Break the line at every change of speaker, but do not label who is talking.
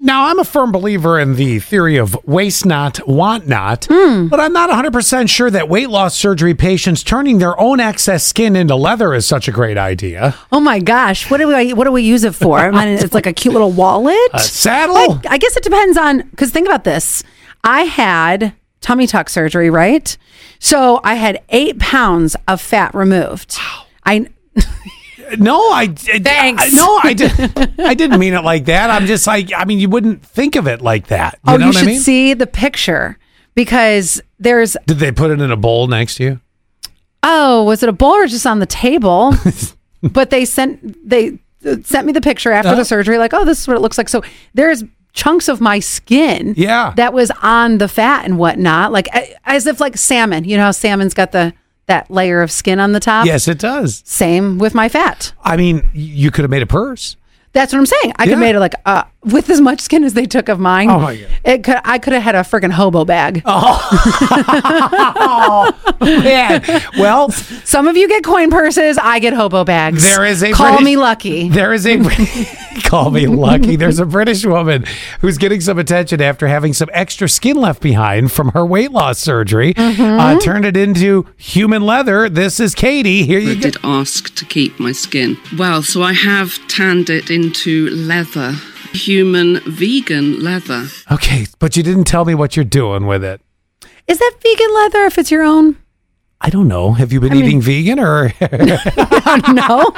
Now, I'm a firm believer in the theory of waste not, want not,
Hmm.
but I'm not 100% sure that weight loss surgery patients turning their own excess skin into leather is such a great idea.
Oh my gosh, what do we what do we use it for? I mean, it's like a cute little wallet.
A saddle?
I, I guess it depends on because think about this. I had tummy tuck surgery, right? So I had eight pounds of fat removed. I
No, I, I
Thanks.
I- no, I did. I didn't mean it like that. I'm just like, I mean, you wouldn't think of it like that. You
oh,
know
you
what
should
I mean?
see the picture because there's
Did they put it in a bowl next to you?
oh, was it a bowl or just on the table? but they sent they uh, sent me the picture after
Uh-huh.
the surgery, like, oh, this is what it looks like. So there's chunks of my skin,
Yeah.
that was on the fat and whatnot, like a- as if like salmon. You know how salmon's got the that layer of skin on the top.
yes, it does.
Same with my fat.
I mean, y- you could have made a purse.
That's what I'm saying. I could
Yeah.
have made it like uh, with as much skin as they took of mine.
Oh, my God. Oh.
It could I could have had a freaking hobo bag.
Yeah. well,
Some of you get coin purses. I get hobo bags.
There is a
call
British-
me lucky.
There is a call me lucky. There's a British woman who's getting some attention after having some extra skin left behind from her weight loss surgery. Uh, turned it into human leather. This is Katie. Here you
I
go.
did ask to keep my skin. Well, so I have tanned it into leather, human vegan leather.
Okay, but you didn't tell me what you're doing with it.
Is that vegan leather if it's your own?
I don't know. Have you been eating vegan or
no.